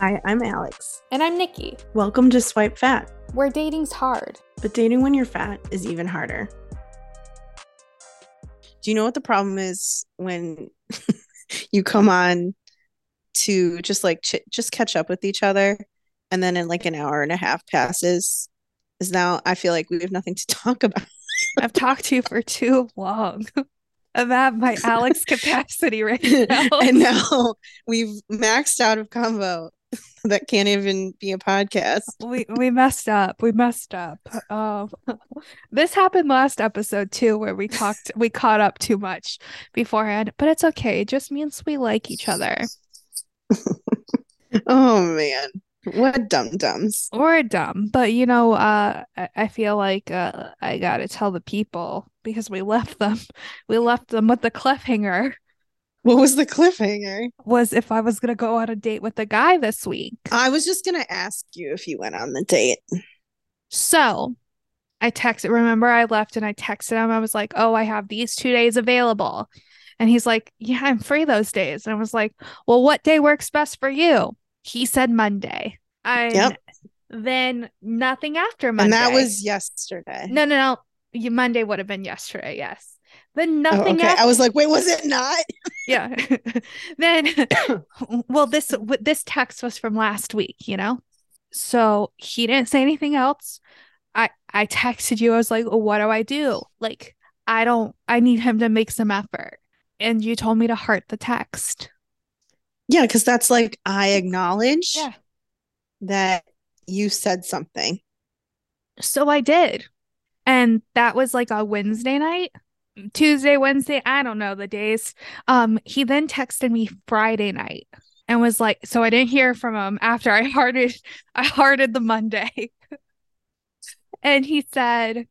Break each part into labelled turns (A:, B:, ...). A: Hi, I'm Alex.
B: And I'm Nikki.
A: Welcome to Swipe Fat,
B: Where dating's hard.
A: but dating when you're fat is even harder. Do you know what the problem is when you come on to just like ch- just catch up with each other and then in like an hour and a half passes? Is now I feel like we have nothing to talk about.
B: I've talked to you for too long. I'm at my Alex capacity right now.
A: and now we've maxed out of combo that can't even be a podcast.
B: we we messed up. We messed up. Um, this happened last episode too, where we talked we caught up too much beforehand, but it's okay. It just means we like each other.
A: Oh man. What dum dums.
B: We're dumb, but you know, uh, I, I feel like uh, I gotta tell the people because we left them. We left them with the cliffhanger
A: What was the cliffhanger?
B: was if I was gonna go on a date with a guy this week.
A: I was just gonna ask you if you went on the date.
B: So I texted, remember I left and I texted him. I was like, oh, I have these two days available. And he's like, yeah, I'm free those days. And I was like, well, what day works best for you? He said Monday. And
A: Yep.
B: then nothing after Monday.
A: And that was yesterday.
B: no, no, no. You, Monday would have been yesterday. Yes. Then
A: Oh,
B: nothing
A: okay.
B: after.
A: I was like, wait, was it not?
B: yeah. then, well, this w- this text was from last week, you know. So he didn't say anything else. I I texted you. I was like, well, "What do I do? Like, I don't. I need him to make some effort." And you told me to heart the text.
A: Yeah, because that's like I acknowledge
B: Yeah.
A: that you said something.
B: So I did, and that was like a Wednesday night, Tuesday, Wednesday. I don't know the days. Um, he then texted me Friday night and was like, "So I didn't hear from him after I hearted. I hearted the Monday." and he said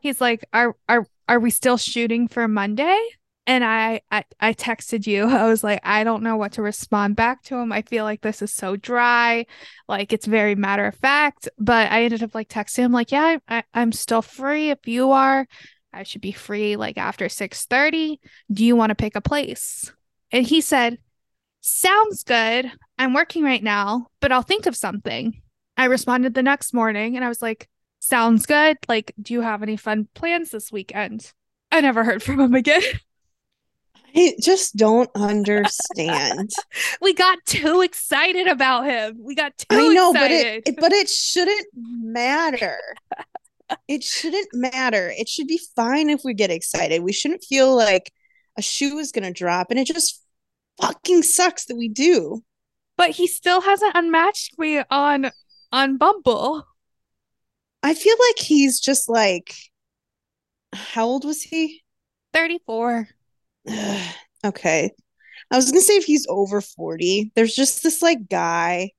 B: he's like are are are we still shooting for monday and I, I i texted you i was like i don't know what to respond back to him i feel like this is so dry like it's very matter of fact but i ended up like texting him like yeah I, I, i'm still free if you are i should be free like after 6.30 do you want to pick a place and he said sounds good i'm working right now but i'll think of something i responded the next morning and i was like sounds good. Like, do you have any fun plans this weekend? I never heard from him again.
A: I just don't understand.
B: We got too excited about him. We got too
A: I know, but
B: excited.
A: it, it but it shouldn't matter. It shouldn't matter. It should be fine if we get excited. We shouldn't feel like a shoe is gonna drop, and it just fucking sucks that we do.
B: but he still hasn't unmatched me on on Bumble.
A: I feel like he's just like, how old was he?
B: 34.
A: Ugh, okay. I was gonna say if he's over 40, there's just this like guy,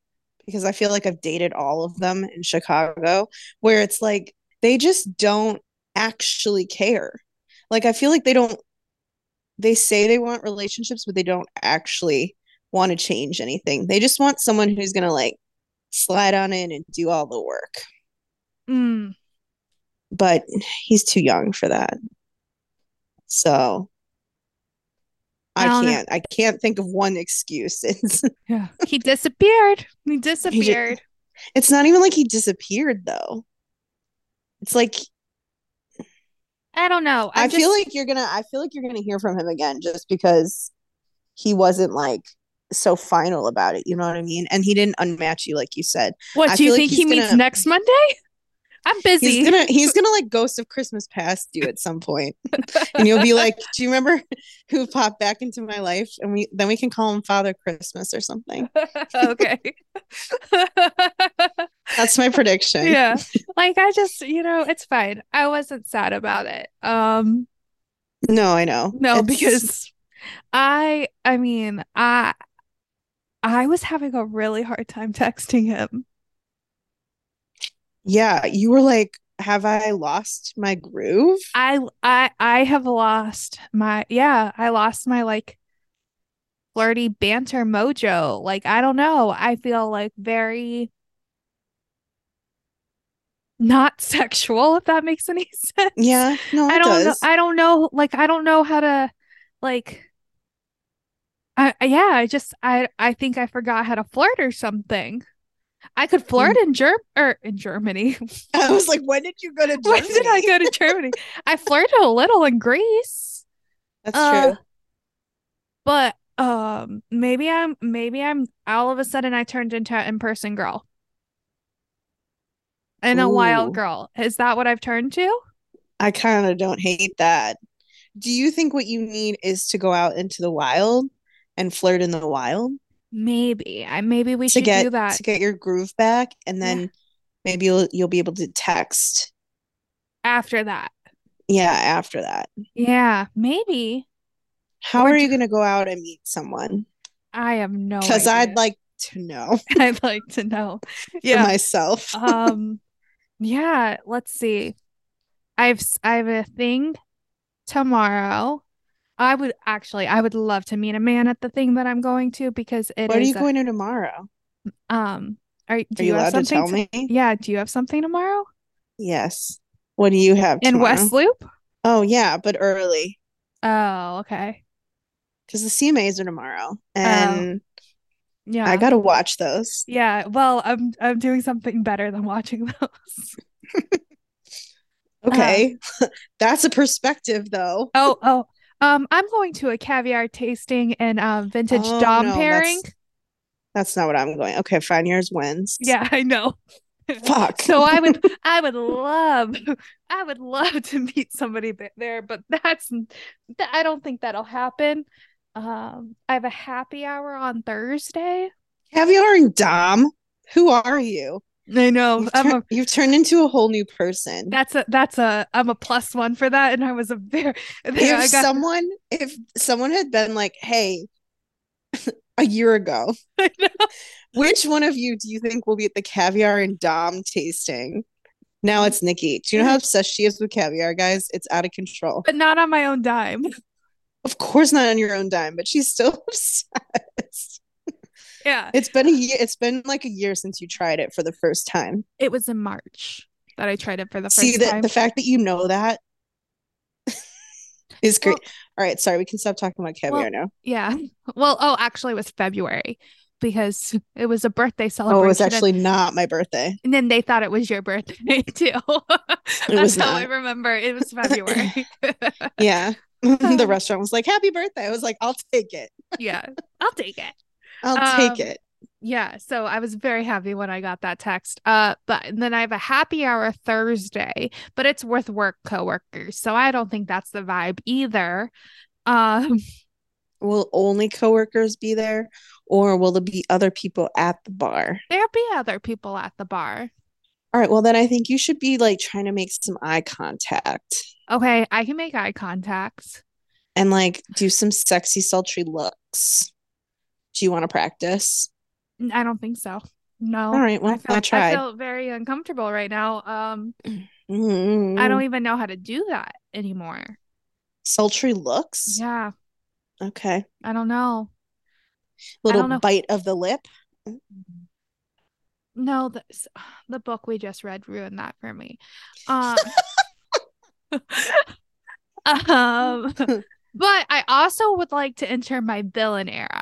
A: because I feel like I've dated all of them in Chicago, where it's like they just don't actually care. Like I feel like they don't, they say they want relationships, but they don't actually want to change anything. They just want someone who's gonna like slide on in and do all the work.
B: Mm.
A: but he's too young for that. So I,
B: I don't know.
A: can't I can't think of one excuse. It's
B: Yeah. He disappeared. He
A: ju-
B: disappeared.
A: it's not even like he disappeared though. It's like
B: I don't know.
A: i
B: I'm
A: feel
B: just-
A: like you're gonna I feel like you're gonna hear from him again just because he wasn't like so final about it, you know what I mean? And he didn't unmatch you like you said.
B: what
A: I
B: do you
A: feel like
B: think he
A: he's
B: meets
A: gonna-
B: next Monday? I'm busy.
A: He's gonna he's gonna like ghost of Christmas past you at some point. and you'll be like, "Do you remember who popped back into my life?" And we then we can call him Father Christmas or something.
B: okay.
A: That's my prediction.
B: Yeah. Like I just, you know, it's fine. I wasn't sad about it. Um
A: No, I know.
B: no,
A: It's-
B: because I I mean, I I was having a really hard time texting him.
A: yeah, you were like, "Have I lost my groove?"
B: I I I have lost my yeah, I lost my like flirty banter mojo. Like I don't know. I feel like very not sexual if that makes any sense.
A: Yeah, no, it
B: I don't
A: does.
B: know. I don't know. Like, I don't know how to, like, I, I- yeah, I just I I think I forgot how to flirt or something. I could flirt
A: Mm.
B: in Germ or in Germany.
A: I was like, when did you go to
B: When did I
A: Germany?
B: go to Germany? I flirted a little in Greece,
A: That's
B: Uh,
A: true.
B: but um maybe I'm maybe I'm all of a sudden I turned into an in-person girl. And a
A: Ooh.
B: wild girl. Is that what I've turned to?
A: I kind of don't hate that. Do you think what you need is to go out into the wild and flirt in the wild
B: Maybe. I maybe we
A: to
B: should
A: get
B: do that.
A: to get your groove back and
B: Yeah.
A: then maybe you'll you'll be able to text
B: after that.
A: yeah after that.
B: Yeah, maybe.
A: How
B: Or
A: are you
B: ju-
A: going to go out and meet someone?
B: I have no
A: Because I'd
B: idea.
A: like to know
B: I'd like to know.
A: for
B: Yeah.
A: myself.
B: um yeah, let's see. I've s- I have a thing tomorrow. I would actually I would love to meet a man at the thing that I'm going to because it is
A: What are you
B: a-
A: going to tomorrow?
B: um are y- do
A: Are you
B: have
A: allowed to tell
B: something to-
A: me?
B: Yeah, do you have something tomorrow?
A: Yes. What do you have
B: In
A: tomorrow?
B: West Loop?
A: Oh yeah, but early
B: Oh, okay.
A: because the CMAs are tomorrow, and
B: Oh, Yeah.
A: I gotta watch those.
B: yeah, well, I'm I'm doing something better than watching those.
A: Okay, that's a perspective though.
B: Oh, oh. Um, I'm going to a caviar tasting and um vintage
A: Oh,
B: dom
A: no, that's-
B: pairing.
A: That's not what I'm going. Okay, fine. Yours wins.
B: Yeah, I know.
A: Fuck.
B: So I would I would love I would love to meet somebody th- there, but that's th- I don't think that'll happen. Um, I have a happy hour on Thursday.
A: Caviar and Dom, who are you?
B: I know.
A: You've,
B: Oh, I'm
A: tur-
B: a
A: you've turned into a whole new person.
B: that's a that's a I'm a plus one for that and I was a very there I
A: If
B: got
A: someone, if someone had been like, "Hey," a year ago,
B: I know.
A: which one of you do you think will be at the caviar and Dom tasting? Now it's Nikki. Do you
B: Mm-hmm.
A: know how obsessed she is with caviar, guys? It's out of control.
B: but not on my own dime.
A: Of course, not on your own dime, but she's still obsessed.
B: Yeah.
A: It's been a year. It's been like a year since you tried it for the first time.
B: It was in March that I tried it for the first
A: See that
B: time.
A: the fact that you know that is great.
B: Well-
A: All right, sorry, we can stop talking about caviar now.
B: Yeah. Well, oh, actually, it was February because it was a birthday celebration.
A: Oh, it was
B: and-
A: actually not my birthday.
B: and then they thought it was your birthday too. That's
A: was
B: how I
A: not.
B: remember. It was February.
A: Yeah, the
B: Um.
A: restaurant was like, "Happy birthday!" I was like, "I'll take it.
B: yeah, I'll take it.
A: I'll take
B: Um,
A: it."
B: Yeah, so I was very happy when I got that text. Uh, but and then I have a happy hour Thursday, but it's with work coworkers, so I don't think that's the vibe either. Um,
A: Will only coworkers be there, or will there be other people at the bar?
B: there'll be other people at the bar.
A: All right, well then I think you should be like trying to make some eye contact
B: Okay, I can make eye contacts.
A: and like do some sexy, sultry looks. Do you want to practice?
B: N- I don't think so. No.
A: All right, well, I,
B: Oh, I, feel, I
A: tried.
B: feel very uncomfortable right now. Um, I
A: Mm,
B: don't even know how to do that anymore.
A: sultry looks.
B: Yeah,
A: Okay.
B: I don't know.
A: Little
B: know.
A: bite of the lip.
B: No, the s- the book we just read ruined that for me. Um, um, but I also would like to enter my villain era.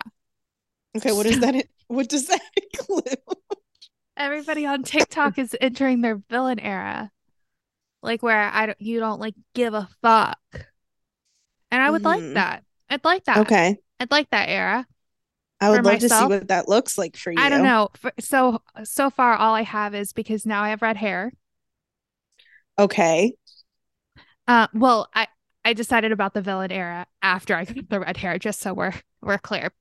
A: Okay, what does that what does that include?
B: Everybody on TikTok is entering their villain era, like where I don't, you don't like give a fuck, and I would like
A: Mhm.
B: that. I'd like that.
A: Okay.
B: I'd like that era.
A: I would
B: For
A: love
B: myself?
A: to see what that looks like for you.
B: I don't know. F- So so far, all I have is because now I have red hair.
A: Okay.
B: Uh, well, I I decided about the villain era after I got the red hair, just so we're we're clear.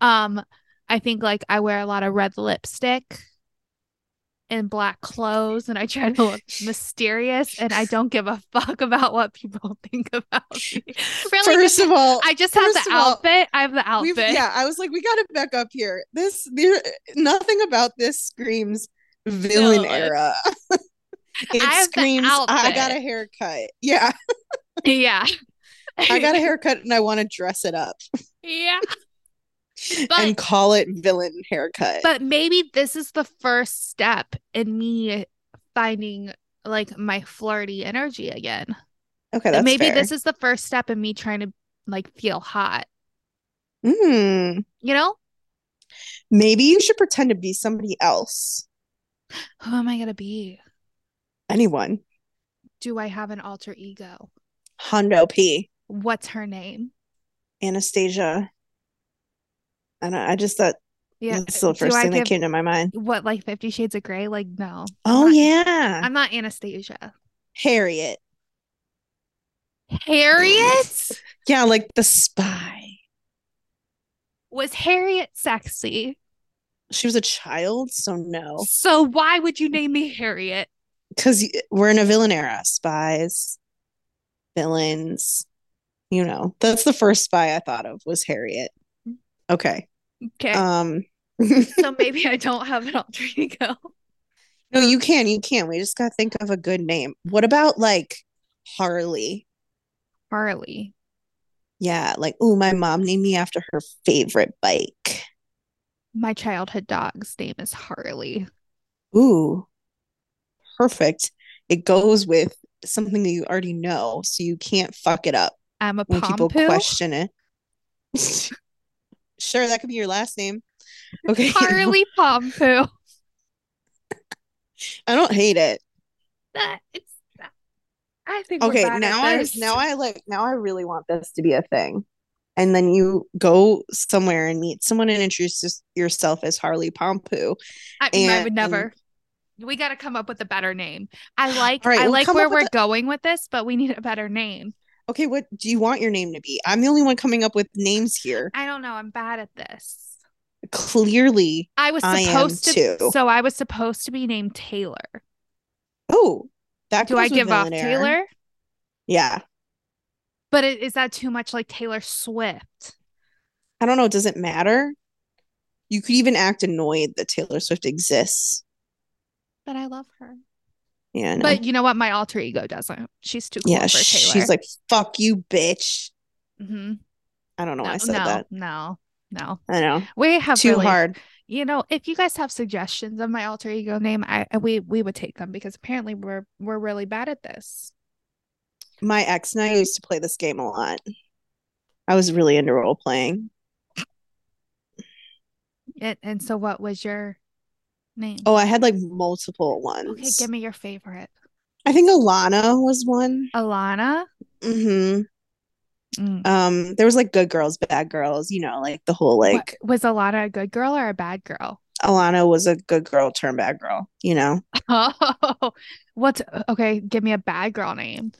B: Um, I think like I wear a lot of red lipstick and black clothes, and I try to look mysterious, and I don't give a fuck about what people think about me. Really,
A: First of all,
B: I just have
A: first
B: the
A: of all,
B: outfit. I have the
A: We've,
B: outfit.
A: yeah, I was like, we got to back up here. This, there, nothing about this screams villain
B: Villain.
A: era. it
B: have the
A: screams, I got a
B: outfit."
A: haircut. Yeah,
B: yeah.
A: I got a haircut and I want to dress it up
B: yeah.
A: and call it villain haircut.
B: but maybe this is the first step in me finding like my flirty energy again.
A: okay, that's
B: maybe
A: fair.
B: this is the first step in me trying to like feel hot.
A: Mm,
B: You know,
A: maybe you should pretend to be somebody else.
B: who am I going to be?
A: Anyone.
B: Do I have an alter ego?
A: Hondo P.
B: What's her name?
A: Anastasia. I don't, I just thought that's the
B: do
A: first
B: I
A: thing that
B: give-
A: came to my mind.
B: What, like Fifty Shades of Grey? Like, no.
A: Oh
B: not-
A: yeah,
B: I'm not Anastasia.
A: Harriet.
B: Harriet?
A: Yeah, like the spy.
B: Was Harriet sexy?
A: She was a child, so no.
B: So why would you name me Harriet?
A: Because we're in a villain era. Spies, villains. You know, that's the first spy I thought of was Harriet. Okay.
B: Okay.
A: Um.
B: so maybe I don't have an alter ego.
A: No, you can. You can. We just gotta think of a good name. What about like Harley?
B: Harley.
A: Yeah, like oh, my mom named me after her favorite bike.
B: My childhood dog's name is Harley.
A: Ooh, perfect. It goes with something that you already know, so you can't fuck it up
B: I'm a
A: when people
B: pompoo.
A: question it. sure, that could be your last name. Okay,
B: Harley Pompoo.
A: I don't hate it.
B: That it's. I think.
A: Okay, now I now I like now I really want this to be a thing. And then you go somewhere and meet someone and introduce yours- yourself as Harley Pompoo.
B: I, mean, I would
A: and-
B: never. We got to come up with a better name. I like.
A: All right,
B: I
A: we'll
B: like
A: come
B: where
A: up with
B: we're going with this, but we need a better name.
A: Okay, what do you want your name to be? I'm the only one coming up with names here.
B: I don't know. I'm bad at this.
A: Clearly,
B: I was
A: I am
B: supposed to.
A: too.
B: So I was supposed to be named Taylor.
A: oh, that
B: Do I
A: goes with
B: give off
A: villain era.
B: Taylor?
A: Yeah,
B: But i- is that too much like Taylor Swift?
A: I don't know. Does it matter? You could even act annoyed that Taylor Swift exists.
B: But I love her.
A: Yeah, I know.
B: But you know what? My alter ego doesn't. She's too cool
A: yeah,
B: for Taylor.
A: she's like, "Fuck you, bitch."
B: Mhm.
A: I don't know
B: no,
A: why "Oh, I said
B: no,
A: that.
B: no, no.
A: I know
B: We have
A: too
B: really-
A: hard.
B: You know, if you guys have suggestions of my alter ego name, I we we would take them because apparently we're we're really bad at this.
A: My ex and I used to play this game a lot. I was really into role playing.
B: And, and so, what was your name?
A: Oh, I had like multiple
B: okay,
A: ones.
B: give me your favorite,
A: I think Alana was one.
B: Alana.
A: hmm
B: Mm.
A: Um, there was like good girls, bad girls, you know, like the whole
B: What-
A: like
B: was Alana a good girl or a bad girl?
A: Alana was a good girl, turn bad girl, you know.
B: Oh, what's okay? Give me a bad girl name.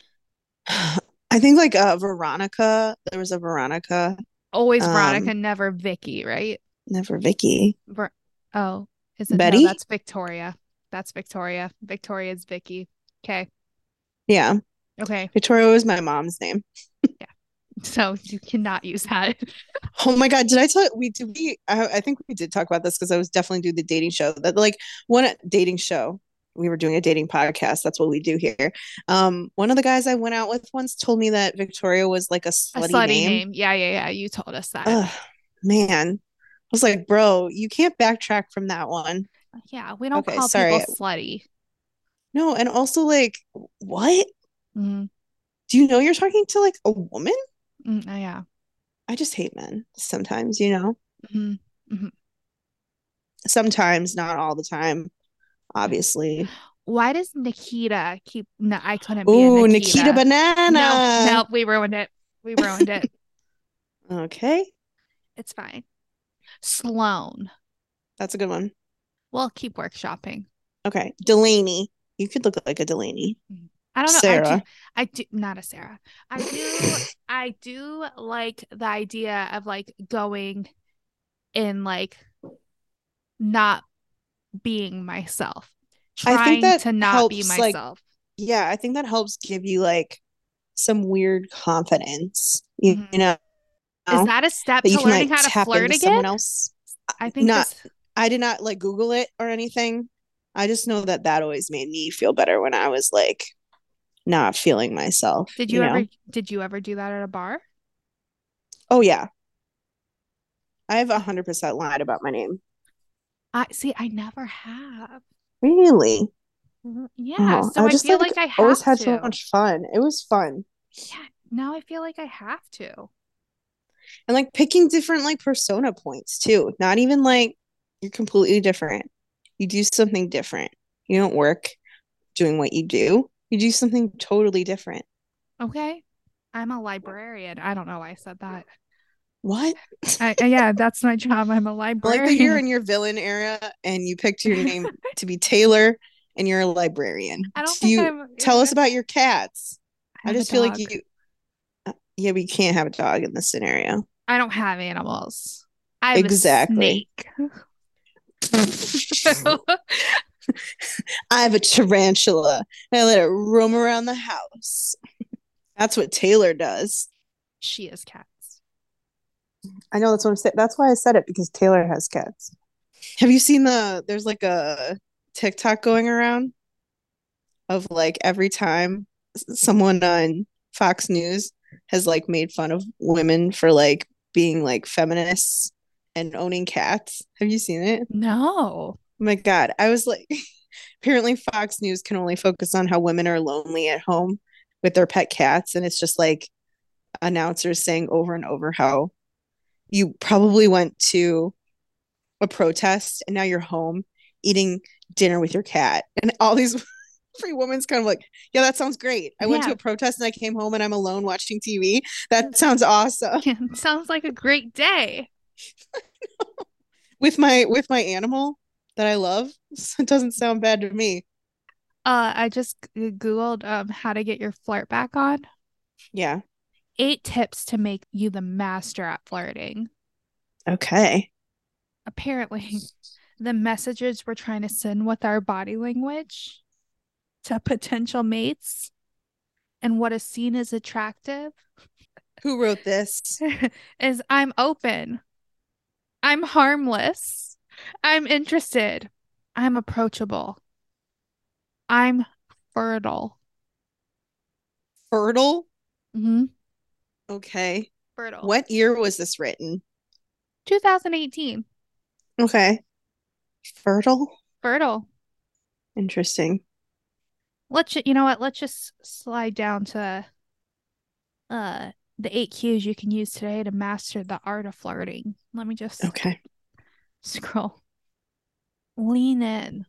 A: I think like uh Veronica, there was a Veronica,
B: Always
A: Um,
B: Veronica, never Vicky, right?
A: never Vicky.
B: Ver- oh, is it no,
A: Betty?
B: that's Victoria. That's Victoria. Victoria's Vicky. Okay.
A: Yeah.
B: Okay.
A: Victoria was my mom's name.
B: So you cannot use that.
A: Oh my God, did I tell we did we I, I think we did talk about this because I was definitely doing the dating show that like one uh, dating show. We were doing a dating podcast. That's what we do here. Um, one of the guys I went out with once told me that Victoria was like a
B: A
A: slutty,
B: slutty
A: name.
B: name. Yeah, yeah, yeah. You told us that.
A: Ugh, man. I was like, bro, you can't backtrack from that one.
B: yeah, we don't
A: okay,
B: call
A: sorry.
B: people slutty.
A: No, and also like, what?
B: Mm,
A: Do you know you're talking to like a woman?
B: mm, oh, yeah.
A: I just hate men sometimes, you know.
B: Mhm.
A: Sometimes, not all the time, obviously.
B: Why does Nikita keep? No, I couldn't be a
A: Ooh,
B: Nikita.
A: Nikita Banana.
B: No, no, we ruined it. We ruined it.
A: Okay,
B: It's fine. Sloan.
A: that's a good one.
B: We'll keep workshopping.
A: Okay, Delaney. You could look like a Delaney.
B: I don't know. I do,
A: Sarah.
B: I do not a Sarah. I do I do like the idea of like going in like not being myself. Trying
A: I think that
B: to not be
A: helps, like-
B: myself.
A: Yeah, I think that helps give you like some weird confidence, you,
B: Mhm.
A: you know.
B: Is that a step
A: that
B: to
A: you can
B: learning
A: like
B: how to
A: tap
B: flirt
A: into
B: again?
A: someone else.
B: I think
A: not-
B: this-
A: I did not like Google it or anything. I just know that that always made me feel better when I was like not feeling myself.
B: did you,
A: know?
B: ever did you ever do that at a bar?
A: Oh yeah, I have a hundred percent lied about my name.
B: I see I never have.
A: Really?
B: Mhm. Yeah.
A: Oh,
B: so I,
A: just,
B: feel like, I have
A: always had
B: to.
A: so much fun. It was fun.
B: Yeah, now I feel like I have to.
A: and like picking different like persona points too. Not even like you're completely different. You do something different. You don't work doing what you do. You do something totally different.
B: Okay. I'm a librarian. I don't know why I said that.
A: What?
B: I, I- yeah, that's my job. I'm a
A: I like that you're
B: librarian.
A: in your villain era and you picked your name to be Taylor and you're a librarian.
B: I don't
A: Do
B: think
A: you
B: I'm.
A: tell us
B: I
A: about your cats. I
B: have a
A: just feel like
B: dog.
A: you uh, yeah, we can't have a dog in this scenario.
B: I don't have animals. I have
A: Exactly.
B: a snake.
A: I have a tarantula and I let it roam around the house. That's what Taylor does.
B: she has cats.
A: I know that's what I'm saying. That's why I said it because Taylor has cats. Have you seen the there's like a TikTok going around of like every time s- someone on Fox News has like made fun of women for like being like feminists and owning cats. Have you seen it? Oh
B: No.
A: my God. I was like apparently Fox News can only focus on how women are lonely at home with their pet cats and it's just like announcers saying over and over how you probably went to a protest and now you're home eating dinner with your cat and all these free women's kind of like yeah that sounds great i went to
B: Yeah.
A: a protest and i came home and i'm alone watching tv that sounds awesome
B: Sounds like a great day.
A: with my with my animal that i love it doesn't sound bad to me
B: Uh, I just g- googled um how to get your flirt back on.
A: yeah
B: Eight tips to make you the master at flirting.
A: okay
B: Apparently, the messages we're trying to send with our body language to potential mates and what is seen as attractive
A: who wrote this
B: is I'm open. I'm harmless. I'm interested. I'm approachable. I'm fertile.
A: fertile
B: Mm-hmm.
A: okay
B: Fertile.
A: what year was this written
B: 2018.
A: okay fertile
B: Fertile.
A: interesting
B: Let's ju- you know what? Let's just slide down to uh the eight cues you can use today to master the art of flirting. Let me just
A: okay
B: scroll. Lean in.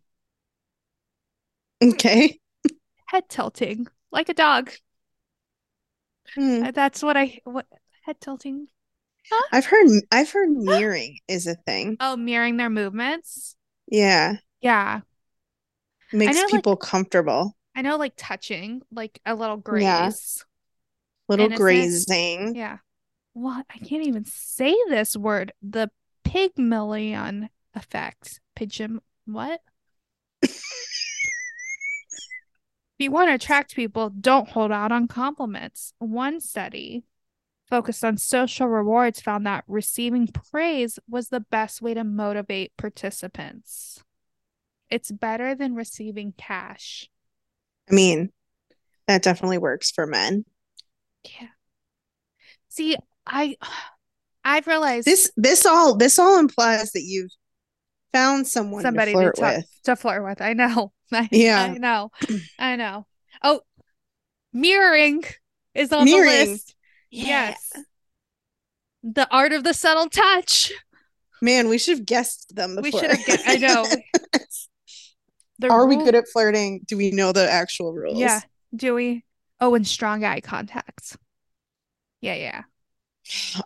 A: okay
B: Head tilting like a dog.
A: Hmm.
B: Uh, That's what I what head tilting.
A: I've heard I've heard mirroring is a thing.
B: Oh, mirroring their movements.
A: Yeah,
B: Yeah.
A: makes
B: know, like-
A: people comfortable.
B: I know like touching, like a little
A: Yeah.
B: grace.
A: Little
B: innocent.
A: grazing.
B: Yeah. What? I can't even say this word. The Pygmalion effect. Pygm what? If you want to attract people, don't hold out on compliments. One study focused on social rewards found that receiving praise was the best way to motivate participants. It's better than receiving cash.
A: I mean, that definitely works for men.
B: Yeah. See, I I've realized
A: This this all this all implies that you've found someone
B: somebody
A: to flirt
B: talk-
A: with.
B: to flirt with. I know. I,
A: Yeah.
B: I know. I know. Oh, mirroring is on
A: Mirroring.
B: the list. Yes. The art of the subtle touch.
A: Man, we should have guessed them
B: We
A: before.
B: should have. I know. The
A: Are we
B: rule-
A: good at flirting? Do we know the actual rules?
B: Yeah. Do we? Oh, and strong eye contact. Yeah, yeah.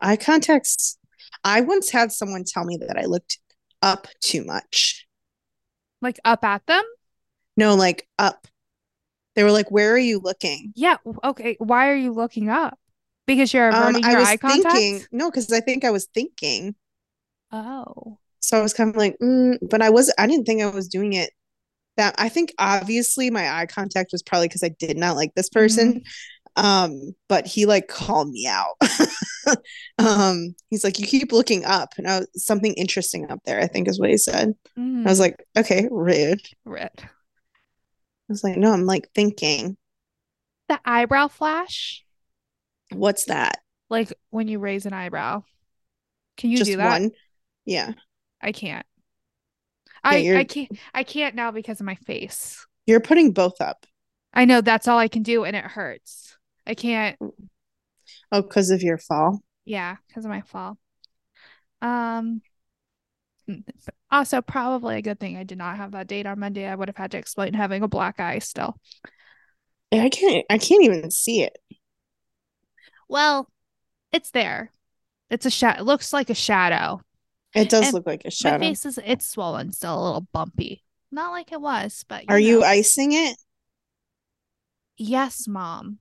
A: Eye contacts. I once had someone tell me that I looked up too much.
B: Like up at them.
A: No, like up. They were like, "Where are you looking?" Um,
B: Yeah. w- Okay. Why are you looking up? Because you're averting your eye contact.
A: thinking, no, because I think I was thinking.
B: Oh.
A: So I was kind of like, mm, but I was, I didn't think I was doing it that. I think obviously my eye contact was probably because I did not like this person.
B: Mm-hmm.
A: Um, but he like called me out. um, he's like, you keep looking up, and I was, something interesting up there. I think is what he said.
B: Mhm.
A: I was like, okay, rude. I
B: Red.
A: was like, no, I'm like thinking,
B: The eyebrow flash,
A: what's that?
B: like when you raise an eyebrow. Can you
A: Just
B: do that?
A: one. Yeah,
B: I can't. I
A: you're-
B: I can't I can't now because of my face.
A: you're putting both up.
B: I
A: Mm.
B: know that's all I can do and it hurts. I can't.
A: Oh, because of your fall.
B: Yeah, because of my fall. Um also probably a good thing I did not have that date on Monday. I would have had to explain having a black eye still.
A: I can't I can't even see it.
B: Well, it's there. It's a shadow. It looks like a shadow.
A: It does
B: And
A: look like a shadow.
B: My face is it's swollen still, a little bumpy. Not like it was, but
A: Are you
B: know.
A: icing it?
B: Yes, mom.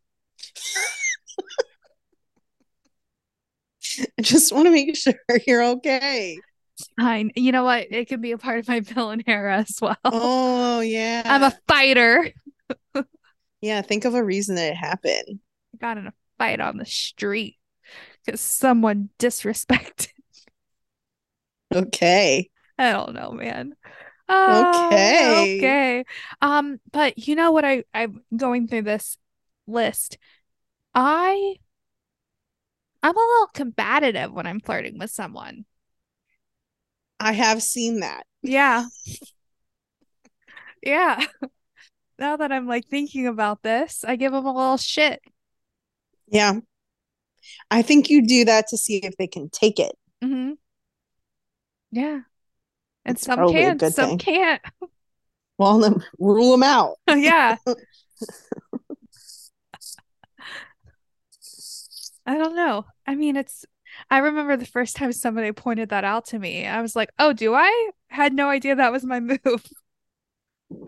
A: I just want to make sure you're okay.
B: I you know what? It can be a part of my villain era as well.
A: Oh yeah.
B: I'm a fighter.
A: yeah, think of a reason that it happened.
B: Got in a fight on the street because someone disrespected.
A: Okay.
B: I don't know, man. Ah,
A: Okay.
B: okay. Um, but you know what I I'm going through this list. I I'm a little combative when I'm flirting with someone.
A: I have seen that.
B: Yeah. Yeah. Now that I'm like thinking about this, I give them a little shit.
A: Yeah. I think you do that to see if they can take it.
B: Mm-hmm. Yeah. And
A: It's
B: some
A: probably a
B: can,
A: good
B: some
A: thing.
B: can't.
A: Well, then rule them out.
B: Yeah. I don't know. I mean, it's, I remember the first time somebody pointed that out to me. I was like, oh, do I? Had no idea that was my move.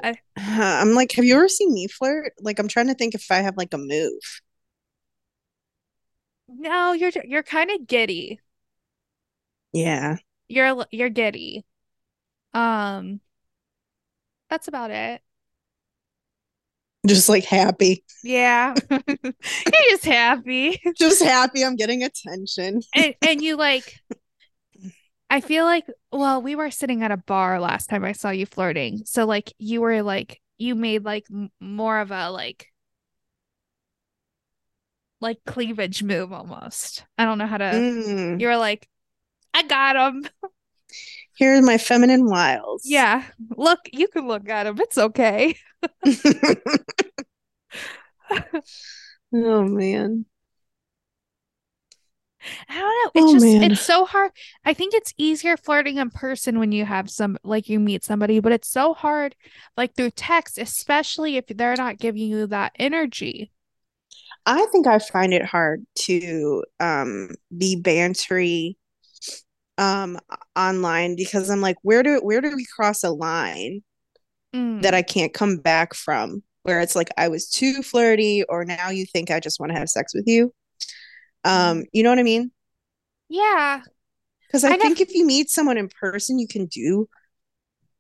A: I'm like, have you ever seen me flirt? Like, I'm trying to think if I have like a move.
B: No, you're you're kind of giddy.
A: Yeah.
B: You're a li- you're giddy. Um, that's about it.
A: Just like happy.
B: Yeah. You're just happy.
A: Just happy I'm getting attention.
B: And and you like I feel like well, we were sitting at a bar last time I saw you flirting. So like you were like you made like m- more of a like like cleavage move almost. I don't know how to
A: Mm.
B: you were like I got him.
A: Here are my feminine wiles.
B: Yeah. Look, you can look at him. It's okay.
A: oh man.
B: I don't know. It's
A: Oh,
B: just
A: man.
B: it's so hard. I think it's easier flirting in person when you have some like you meet somebody, but it's so hard like through text, especially if they're not giving you that energy.
A: I think I find it hard to um be bantery um online because I'm like, where do where do we cross a line
B: Mm.
A: that I can't come back from? Where it's like I was too flirty, or now you think I just want to have sex with you. Um, you know what I mean?
B: yeah.
A: Because I,
B: I nev-
A: think if you meet someone in person, you can do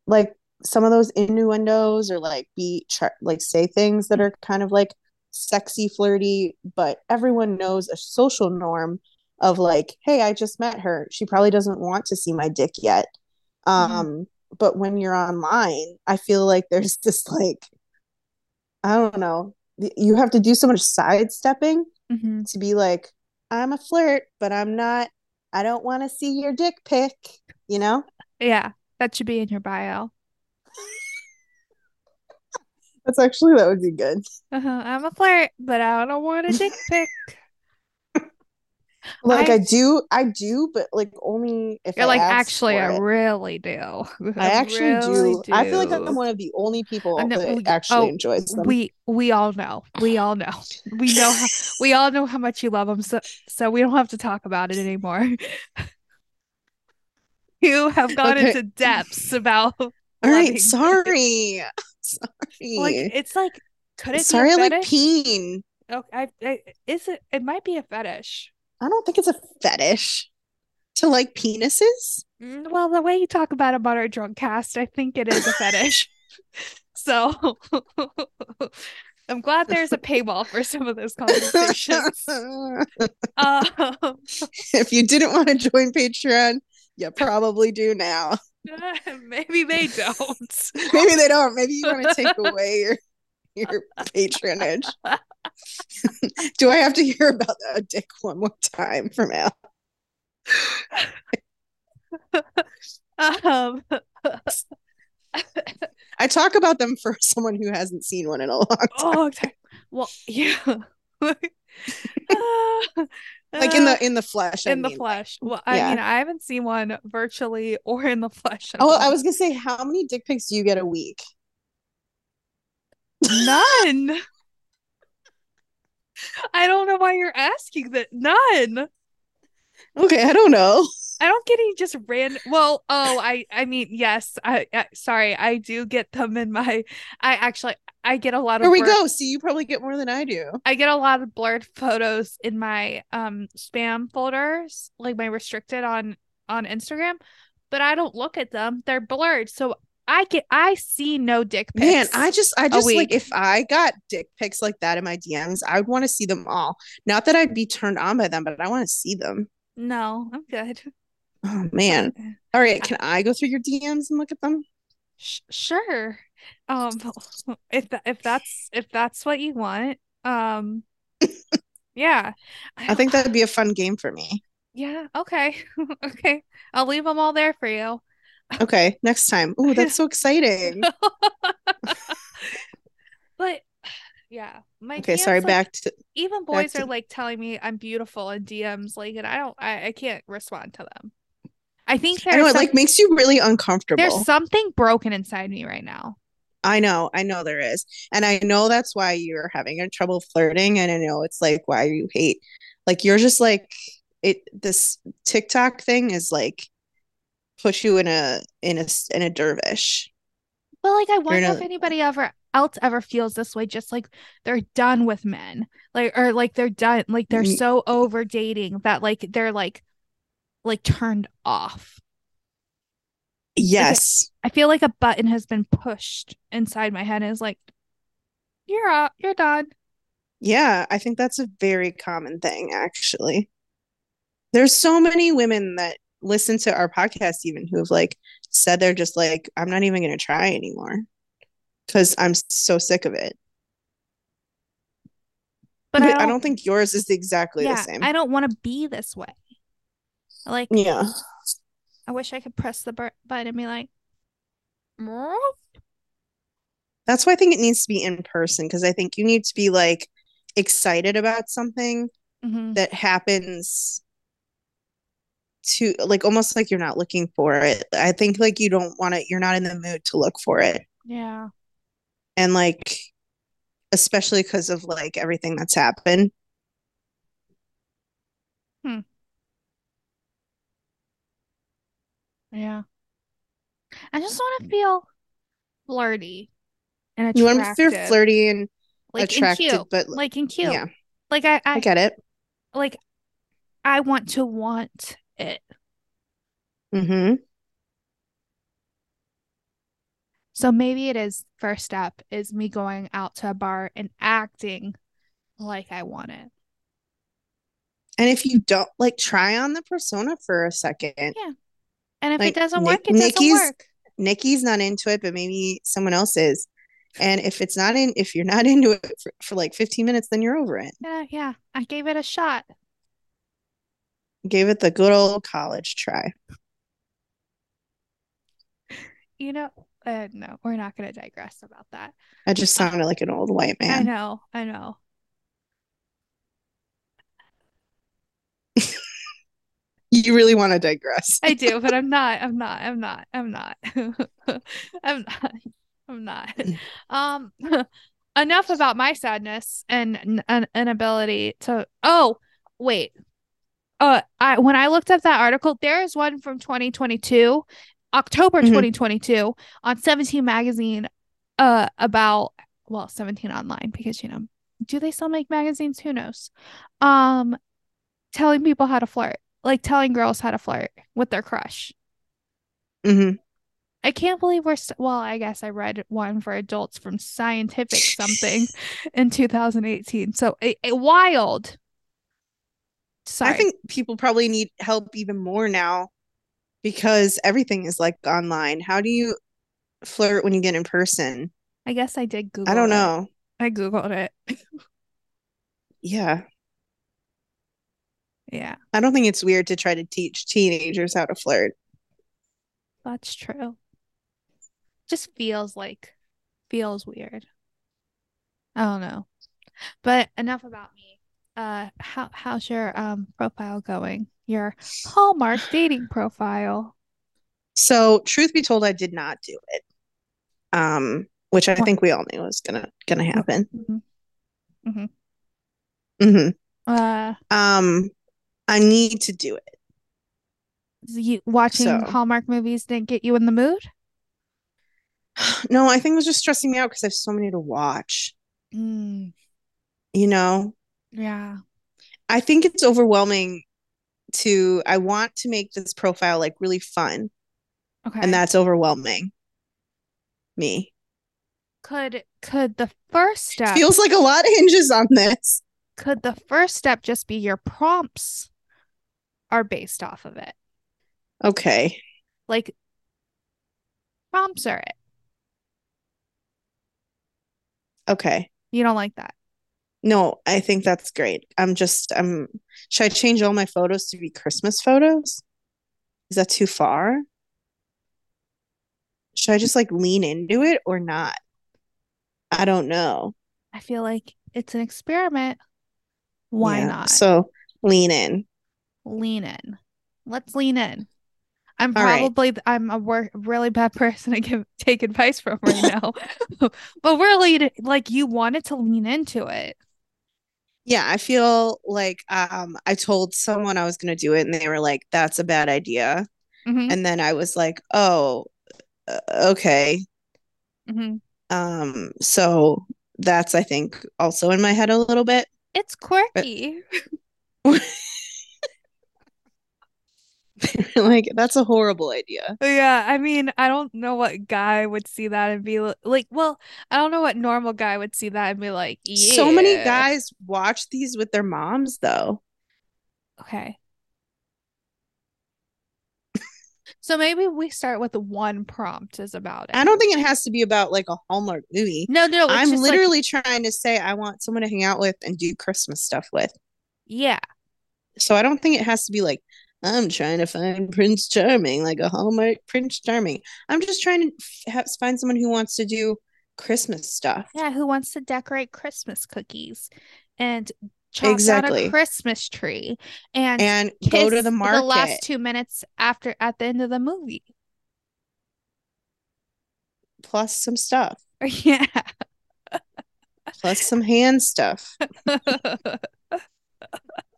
A: like some of those innuendos or like be char- like say things that are kind of like sexy, flirty, but everyone knows a social norm of like, hey, I just met her. She probably doesn't want to see my dick yet. Um,
B: Mhm.
A: But when you're online, I feel like there's this like, I don't know, y- you have to do so much sidestepping
B: Mhm.
A: to be like, I'm a flirt, but I'm not, I don't want to see your dick pic, you know?
B: Yeah. That should be in your bio.
A: That's actually, that would be good.
B: Uh-huh. I'm a flirt, but I don't want a dick pic.
A: Like,
B: I-
A: I, do, I do, but like only if
B: You're
A: I
B: like,
A: ask
B: actually,
A: for
B: I
A: it.
B: really do.
A: I actually
B: really
A: do. I feel like
B: do."
A: I'm one of the only people
B: I'm the-
A: that
B: we-
A: actually
B: oh,
A: enjoys them.
B: we we all know we all know we know how, we all know how much you love them so so we don't have to talk about it anymore you have gone
A: Okay.
B: into depths about
A: All right,
B: loving it.
A: sorry. Sorry.
B: like it's like could it
A: sorry,
B: be
A: I
B: a
A: like
B: fetish
A: peen.
B: oh, I, I, is it it might be a fetish
A: I don't think it's a fetish to like penises.
B: Mm, well the way you talk about it on our drunk cast i think it is a fetish so i'm glad there's a paywall for some of those conversations um
A: if you didn't want to join Patreon, you probably do now.
B: Maybe they don't.
A: Maybe they don't. Maybe you want to take away your your patronage. do I have to hear about a dick one more time from Al?
B: Um,
A: I talk about them for someone who hasn't seen one in a long time.
B: oh, okay. Well, yeah.
A: like in the in the flesh. I
B: Uh, in the
A: mean.
B: flesh. Well, I
A: yeah.
B: mean, I haven't seen one virtually or in the flesh. in a
A: Oh,
B: while.
A: I was gonna say, how many dick pics do you get a week?
B: none. I don't know why you're asking that. None.
A: Okay, I don't know.
B: I don't get any just random. Well, oh, I I mean, yes. I, I sorry, I do get them in my. I actually I get a lot of.
A: Here we
B: blur-
A: go. See, you probably get more than I do.
B: I get a lot of blurred photos in my um spam folders, like my restricted on on Instagram, but I don't look at them. They're blurred, so I get I see no dick pics.
A: Man, I just, I just
B: week.
A: like if I got dick pics like that in my DMs, I would want to see them all. Not that I'd be turned on by them, but I want to see them.
B: no, I'm good.
A: Oh man! All right, can I go through your DMs and look at them?
B: Sh- sure. Um if tha- if that's if that's what you want. Um yeah.
A: I think that'd be a fun game for me.
B: yeah, okay. okay. I'll leave them all there for you.
A: Okay, next time. Ooh, that's so exciting.
B: But yeah, my
A: Okay, sorry.
B: DMs, like,
A: back to
B: even boys
A: to-
B: are like telling me I'm beautiful in DMs like and I don't I, I can't respond to them. I think
A: I know
B: there's
A: it like makes you really uncomfortable.
B: there's something broken inside me right now.
A: I know, I know there is. And I know that's why you're having a trouble flirting. And I know it's like why you hate, like, you're just like, it, this TikTok thing is like, push you in a, in a, s- in a dervish.
B: But like I wonder if
A: another-
B: anybody ever else ever feels this way, just like they're done with men. Like or like they're done like they're
A: Mm.
B: so over dating that like they're like like turned off.
A: Yes.
B: I feel like a button has been pushed inside my head and is like, You're up, you're done.
A: Yeah. I think that's a very common thing, actually. There's so many women that listen to our podcast, even who've like said they're just like, I'm not even going to try anymore because I'm so sick of it.
B: But I don't,
A: think yours is exactly
B: yeah,
A: the same.
B: I don't want to be this way. Like
A: yeah.
B: I wish I could press the bur- button and be like, "Meow."
A: That's why I think it needs to be in person because I think you need to be like excited about something
B: Mhm.
A: that happens to like almost like you're not looking for it. I think like you don't want to, you're not in the mood to look for it.
B: Yeah.
A: And like, especially because of like everything that's happened.
B: Yeah. I just want to feel flirty and
A: You
B: attractive.
A: want to feel flirty and
B: like and
A: attractive,
B: cute.
A: but
B: Like and cute.
A: yeah,
B: Like I,
A: I
B: I
A: get it.
B: like I want to want it.
A: Mm-hmm.
B: So maybe it is first step is me going out to a bar and acting like I want it.
A: And if you don't like try on the persona for a second,
B: And if
A: Like,
B: it doesn't
A: Nick-
B: work, it doesn't
A: Nikki's-
B: work.
A: Nikki's not into it, but maybe someone else is. And if it's not in, if you're not into it for, for like 15 minutes, then you're over it.
B: Yeah, yeah. I gave it a shot.
A: Gave it the good old college try.
B: You know, uh, no, we're not going to digress about that.
A: I just sounded like an old white
B: I
A: man.
B: know, I know.
A: You really want to digress.
B: I do, but I'm not. I'm not. I'm not. I'm not. I'm not. I'm not. Um, enough about my sadness and n- an inability to. Oh, wait. Uh, I when I looked up that article, there is one from 2022, October
A: Mhm.
B: 2022, on 17 magazine. Uh, about well, 17 online because you know, do they still make magazines? Who knows? Um, telling people how to flirt, like telling girls how to flirt with their crush.
A: hmm
B: I can't believe we're st- well, I guess I read one for adults from Scientific something in 2018. So a, a wild. Sorry.
A: I think people probably need help even more now because everything is like online. How do you flirt when you get in person?
B: I guess I did Google
A: I don't
B: it.
A: know.
B: I Googled it.
A: Yeah.
B: Yeah,
A: I don't think it's weird to try to teach teenagers how to flirt.
B: that's true. Just feels like feels weird. I don't know. But enough about me. uh how how's your um profile going? Your Hallmark dating profile.
A: So, truth be told, I did not do it. Um, which I
B: Why?
A: think we all knew was gonna gonna happen.
B: Mhm.
A: hmm
B: Uh
A: Um, I need to do it.
B: you watching
A: So-
B: Hallmark movies didn't get you in the mood?
A: No, I think it was just stressing me out because I have so many to watch.
B: Mm,
A: You know,
B: yeah.
A: I think it's overwhelming. To I want to make this profile like really fun,
B: Okay.
A: and that's overwhelming. Me
B: could could the first step
A: feels like a lot hinges on this.
B: could the first step just be your prompts are based off of it?
A: Okay,
B: Like prompts are it.
A: okay.
B: You don't like that.
A: No, I think that's great. I'm just I'm should I change all my photos to be Christmas photos? Is that too far? Should I just like lean into it or not? I don't know.
B: I feel like it's an experiment. Why
A: Yeah,
B: not?
A: So lean in.
B: lean in. Let's lean in. I'm
A: All right.
B: probably I'm a wor- really bad person to give take advice from right now, but really, like you wanted to lean into it.
A: Yeah, I feel like um I told someone I was gonna do it and they were like, that's a bad idea.
B: Mhm,
A: And then I was like, oh, uh, okay.
B: mhm.
A: Um, so that's I think also in my head a little bit.
B: It's quirky.
A: like that's a horrible idea.
B: Yeah, I mean, I don't know what guy would see that and be li- like, well, I don't know what normal guy would see that and be like, yeah.
A: So many guys watch these with their moms though.
B: Okay. So maybe we start with one prompt is about it.
A: I don't think it has to be about like a Hallmark movie.
B: No, no, it's
A: I'm
B: just like-
A: literally trying to say I want someone to hang out with and do Christmas stuff with.
B: yeah.
A: So I don't think it has to be like I'm trying to find Prince Charming, like a Hallmark Prince Charming. I'm just trying to f- ha- find someone who wants to do Christmas stuff.
B: Yeah, who wants to decorate Christmas cookies and chop down
A: Exactly.
B: a Christmas tree and,
A: And go to
B: kiss
A: the market.
B: the last two minutes after at the end of the movie.
A: plus some stuff,
B: Yeah.
A: plus some hand stuff.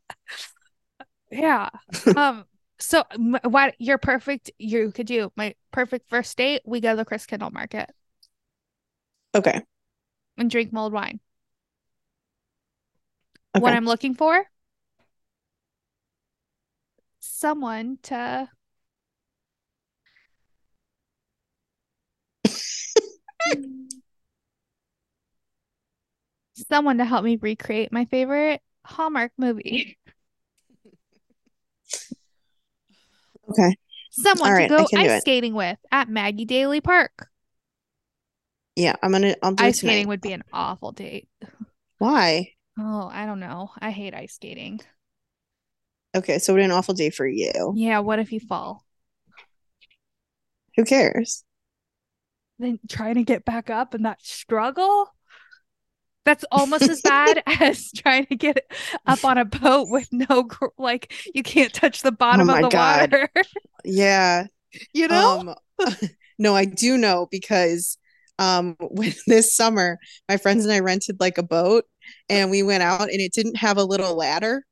B: Yeah. Um, so m- why you're perfect, you could do my perfect first date, we go to the Chris Kindle market
A: Okay.
B: and drink mulled wine. What
A: Okay.
B: I'm looking for? Someone to someone to help me recreate my favorite Hallmark movie.
A: Okay.
B: Someone
A: All
B: to
A: right, I can
B: go
A: do
B: ice
A: it.
B: skating with at Maggie Daly Park.
A: Yeah, I'm gonna I'll do it
B: Ice
A: tonight.
B: skating would be an awful date.
A: Why?
B: Oh, I don't know. I hate ice skating.
A: Okay, so what an awful day for you.
B: Yeah, what if you fall?
A: Who cares?
B: Then trying to get back up and that struggle? That's almost as bad as trying to get up on a boat with no, gr- like, you can't touch the bottom
A: Oh my
B: of the
A: God.
B: water. Oh,
A: Yeah.
B: You know?
A: Um, no, I do know because um when this summer my friends and I rented like a boat and we went out and it didn't have a little ladder.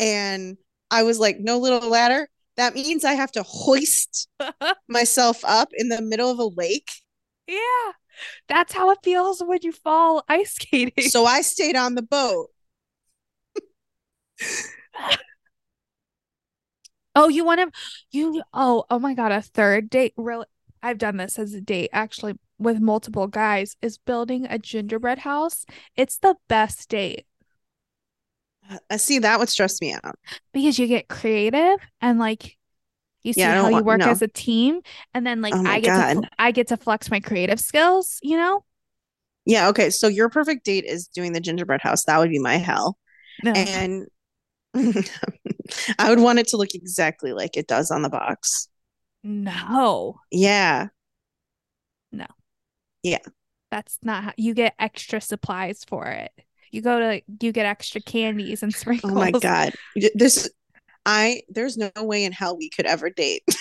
A: And I was like, no little ladder. That means I have to hoist myself up in the middle of a lake.
B: yeah. That's how it feels when you fall ice skating.
A: So I stayed on the boat.
B: Oh, you want to you oh, oh my God, a third date. Really I've done this as a date actually with multiple guys is building a gingerbread house. It's the best date
A: I Uh, see that would stress me out.
B: because you get creative and like you see
A: Yeah, I don't
B: how you
A: want-
B: work
A: no.
B: as a team and then like
A: Oh my
B: I get to fl-
A: God.
B: I get to flex my creative skills, you know?
A: Yeah, okay. So your perfect date is doing the gingerbread house. That would be my hell.
B: No.
A: And I would want it to look exactly like it does on the box.
B: No.
A: Yeah.
B: That's not how you get extra supplies for it. You go to you get extra candies and
A: Oh
B: sprinkles.
A: my god. Y- This I there's no way in hell we could ever date.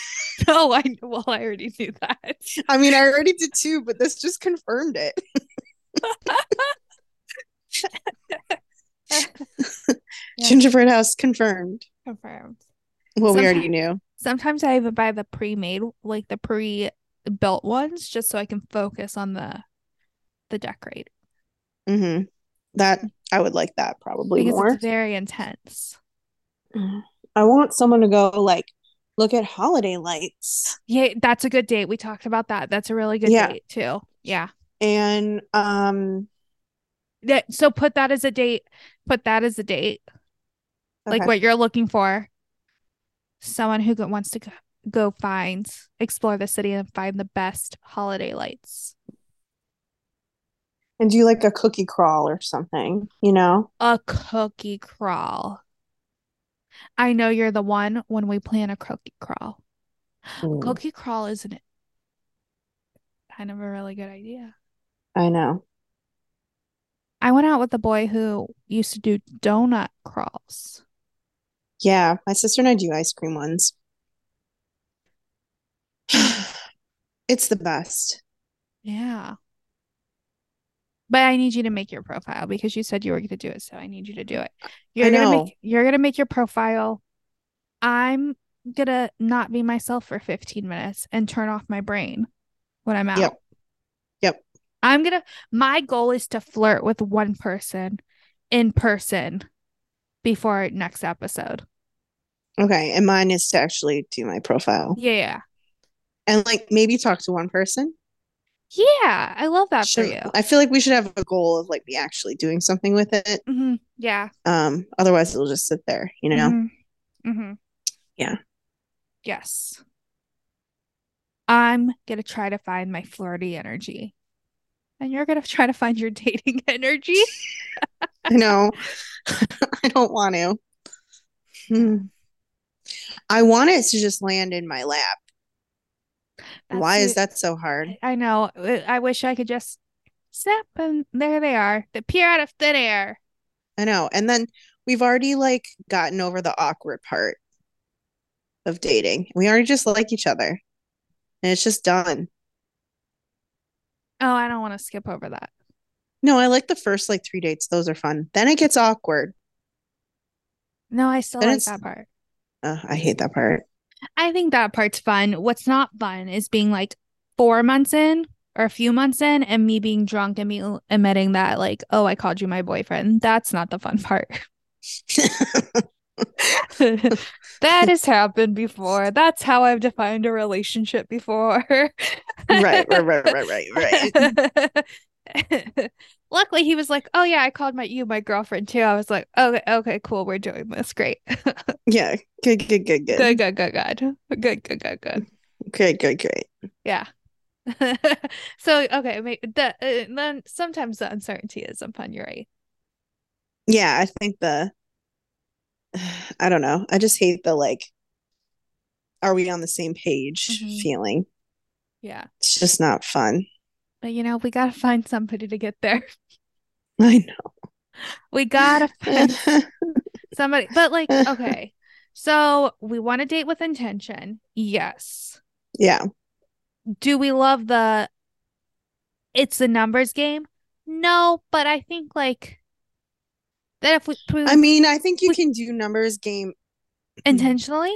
B: No, I well, I already knew that.
A: I mean, I already did too, but this just confirmed it.
B: Yeah.
A: Gingerbread house confirmed.
B: Confirmed.
A: Well, we
B: Sometimes-
A: already knew.
B: Sometimes I even buy the pre-made, like the pre-built ones, just so I can focus on the the decorate
A: hmm That I would like that probably
B: because
A: more.
B: it's very intense.
A: I want someone to go like look at holiday lights
B: Yeah, that's a good date. We talked about that. That's a really good
A: Yeah.
B: date too. Yeah.
A: and um
B: That, so put that as a date. Put that as a date. Like
A: okay.
B: what you're looking for. Someone who go- wants to go, go find, explore the city and find the best holiday lights.
A: and do like a cookie crawl or something, you know?
B: A cookie crawl. I know you're the one when we plan a cookie crawl. Cookie crawl isn't it? Kind of a really good idea.
A: I know.
B: I went out with a boy who used to do donut crawls.
A: Yeah, my sister and I do ice cream ones. It's the best.
B: Yeah. But I need you to make your profile because you said you were going to do it, so I need you to do it. You're gonna
A: know.
B: make you're gonna make your profile. I'm gonna not be myself for 15 minutes and turn off my brain when I'm out.
A: Yep. Yep.
B: I'm gonna my goal is to flirt with one person in person before next episode.
A: Okay, and mine is to actually do my profile
B: Yeah.
A: and like maybe talk to one person.
B: Yeah. I love that for
A: Should-
B: you.
A: I feel like we should have a goal of like be actually doing something with it.
B: hmm Yeah.
A: Um, otherwise it'll just sit there, you know?
B: Mm-hmm. hmm
A: Yeah.
B: Yes. I'm gonna try to find my flirty energy. And you're gonna try to find your dating energy.
A: I know. I don't want to. Hmm. I want it to just land in my lap.
B: That's
A: Why
B: you-
A: is that so hard?
B: I know. I I wish I could just snap and there they are. They appear out of thin air.
A: I know. And then we've already like gotten over the awkward part of dating. We already just like each other. And it's just done.
B: Oh, I don't want to skip over that.
A: No, I like the first like three dates. Those are fun. Then it gets awkward.
B: No, I still
A: Then
B: like
A: it's-
B: that part.
A: Ugh, I hate that part.
B: I think that part's fun. What's not fun is being like four months in or a few months in and me being drunk and me l- admitting that, like, oh, I called you my boyfriend. That's not the fun part. that has happened before. That's how I've defined a relationship before.
A: right, right, right, right, right, right.
B: Luckily, he was like, "Oh yeah, I called my you my girlfriend too." I was like, "Okay, okay, cool. We're doing this. Great.
A: Yeah. Good, good, good, good.
B: Good, good, good, good, good, good, good, good."
A: Great, good, great.
B: Yeah. so okay, ma- the uh, then sometimes the uncertainty is unfun. You're right.
A: Yeah, I think the I don't know. I just hate the like are we on the same page
B: Mhm.
A: feeling.
B: Yeah,
A: It's just not fun.
B: but you know we gotta find somebody to get there.
A: I
B: We gotta find
A: know.
B: somebody. But like, okay, so we want to date with intention. Yes.
A: yeah.
B: Do we love the? It's a numbers game. No, but I think like that if we prove
A: I mean, I think you
B: Mm-hmm. we-
A: can do numbers game
B: intentionally.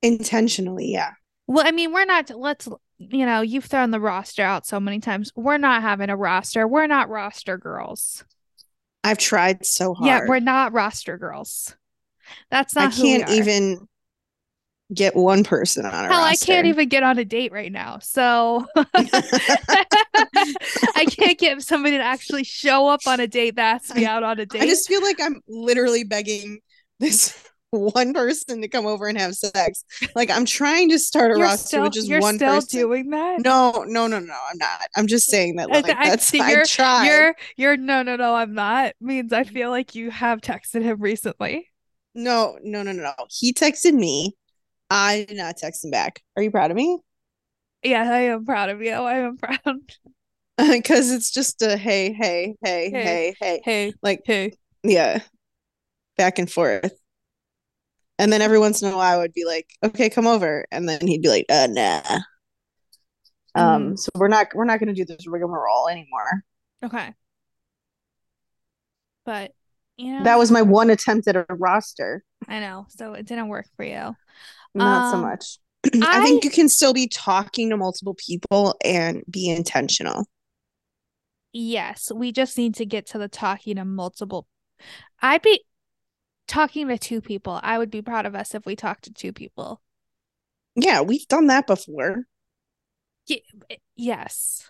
A: intentionally, yeah.
B: Well, I mean, we're not, let's, you know, you've thrown the roster out so many times. We're not having a roster. We're not roster girls.
A: I've tried so hard.
B: Yeah, we're not roster girls. That's
A: I
B: not who we
A: can't
B: are.
A: even get one person on a
B: Hell, I can't
A: roster.
B: even get on a date right now. So I can't get somebody to actually show up on a date that asks me out on a date.
A: I just feel like I'm literally begging this one person to come over and have sex. Like I'm trying to start a
B: you're
A: roster
B: still,
A: with just
B: you're
A: one
B: still
A: person.
B: doing that.
A: No, no, no, no, I'm not. I'm just saying that
B: I-
A: like
B: I
A: that's
B: see
A: I
B: you're-
A: tried.
B: You're, you're, no, no, no, I'm not. Means I feel like you have texted him recently.
A: No, no, no, no, no. He texted me. I did not text him back. Are you proud of me?
B: Yeah, I am proud of you. I am proud.
A: because it's just a hey, hey, hey,
B: Hey.
A: hey, hey,
B: Hey,
A: like
B: hey.
A: yeah, back and forth. And then every once in a while, I would be like, "Okay, come over," and then he'd be like, "Uh, nah."
B: Mm.
A: Um, so we're not we're not gonna do this rigmarole anymore.
B: Okay. But you know,
A: That was my one attempt at a roster.
B: I know, so it didn't work for you.
A: Not so
B: Um,
A: much. I
B: I-
A: think you can still be talking to multiple people and be intentional.
B: Yes, we just need to get to the talking to multiple. I'd be talking to two people. I would be proud of us if we talked to two people.
A: Yeah, we've done that before.
B: Y- Eh, Yes.